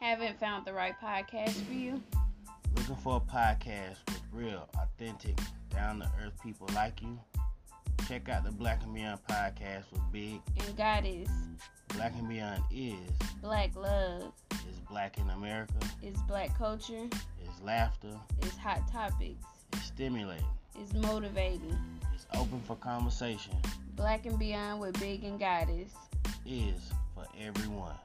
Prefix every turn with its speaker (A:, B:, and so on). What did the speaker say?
A: haven't found the right podcast for you?
B: Looking for a podcast with real, authentic, down to earth people like you? Check out the Black and Beyond podcast with Big.
A: And God is
B: Black and Beyond is
A: black love,
B: is black in America,
A: is black culture,
B: is laughter,
A: is hot topics,
B: is stimulating,
A: is motivating.
B: is open for conversation,
A: Black and Beyond with Big and Goddess.
B: is for everyone.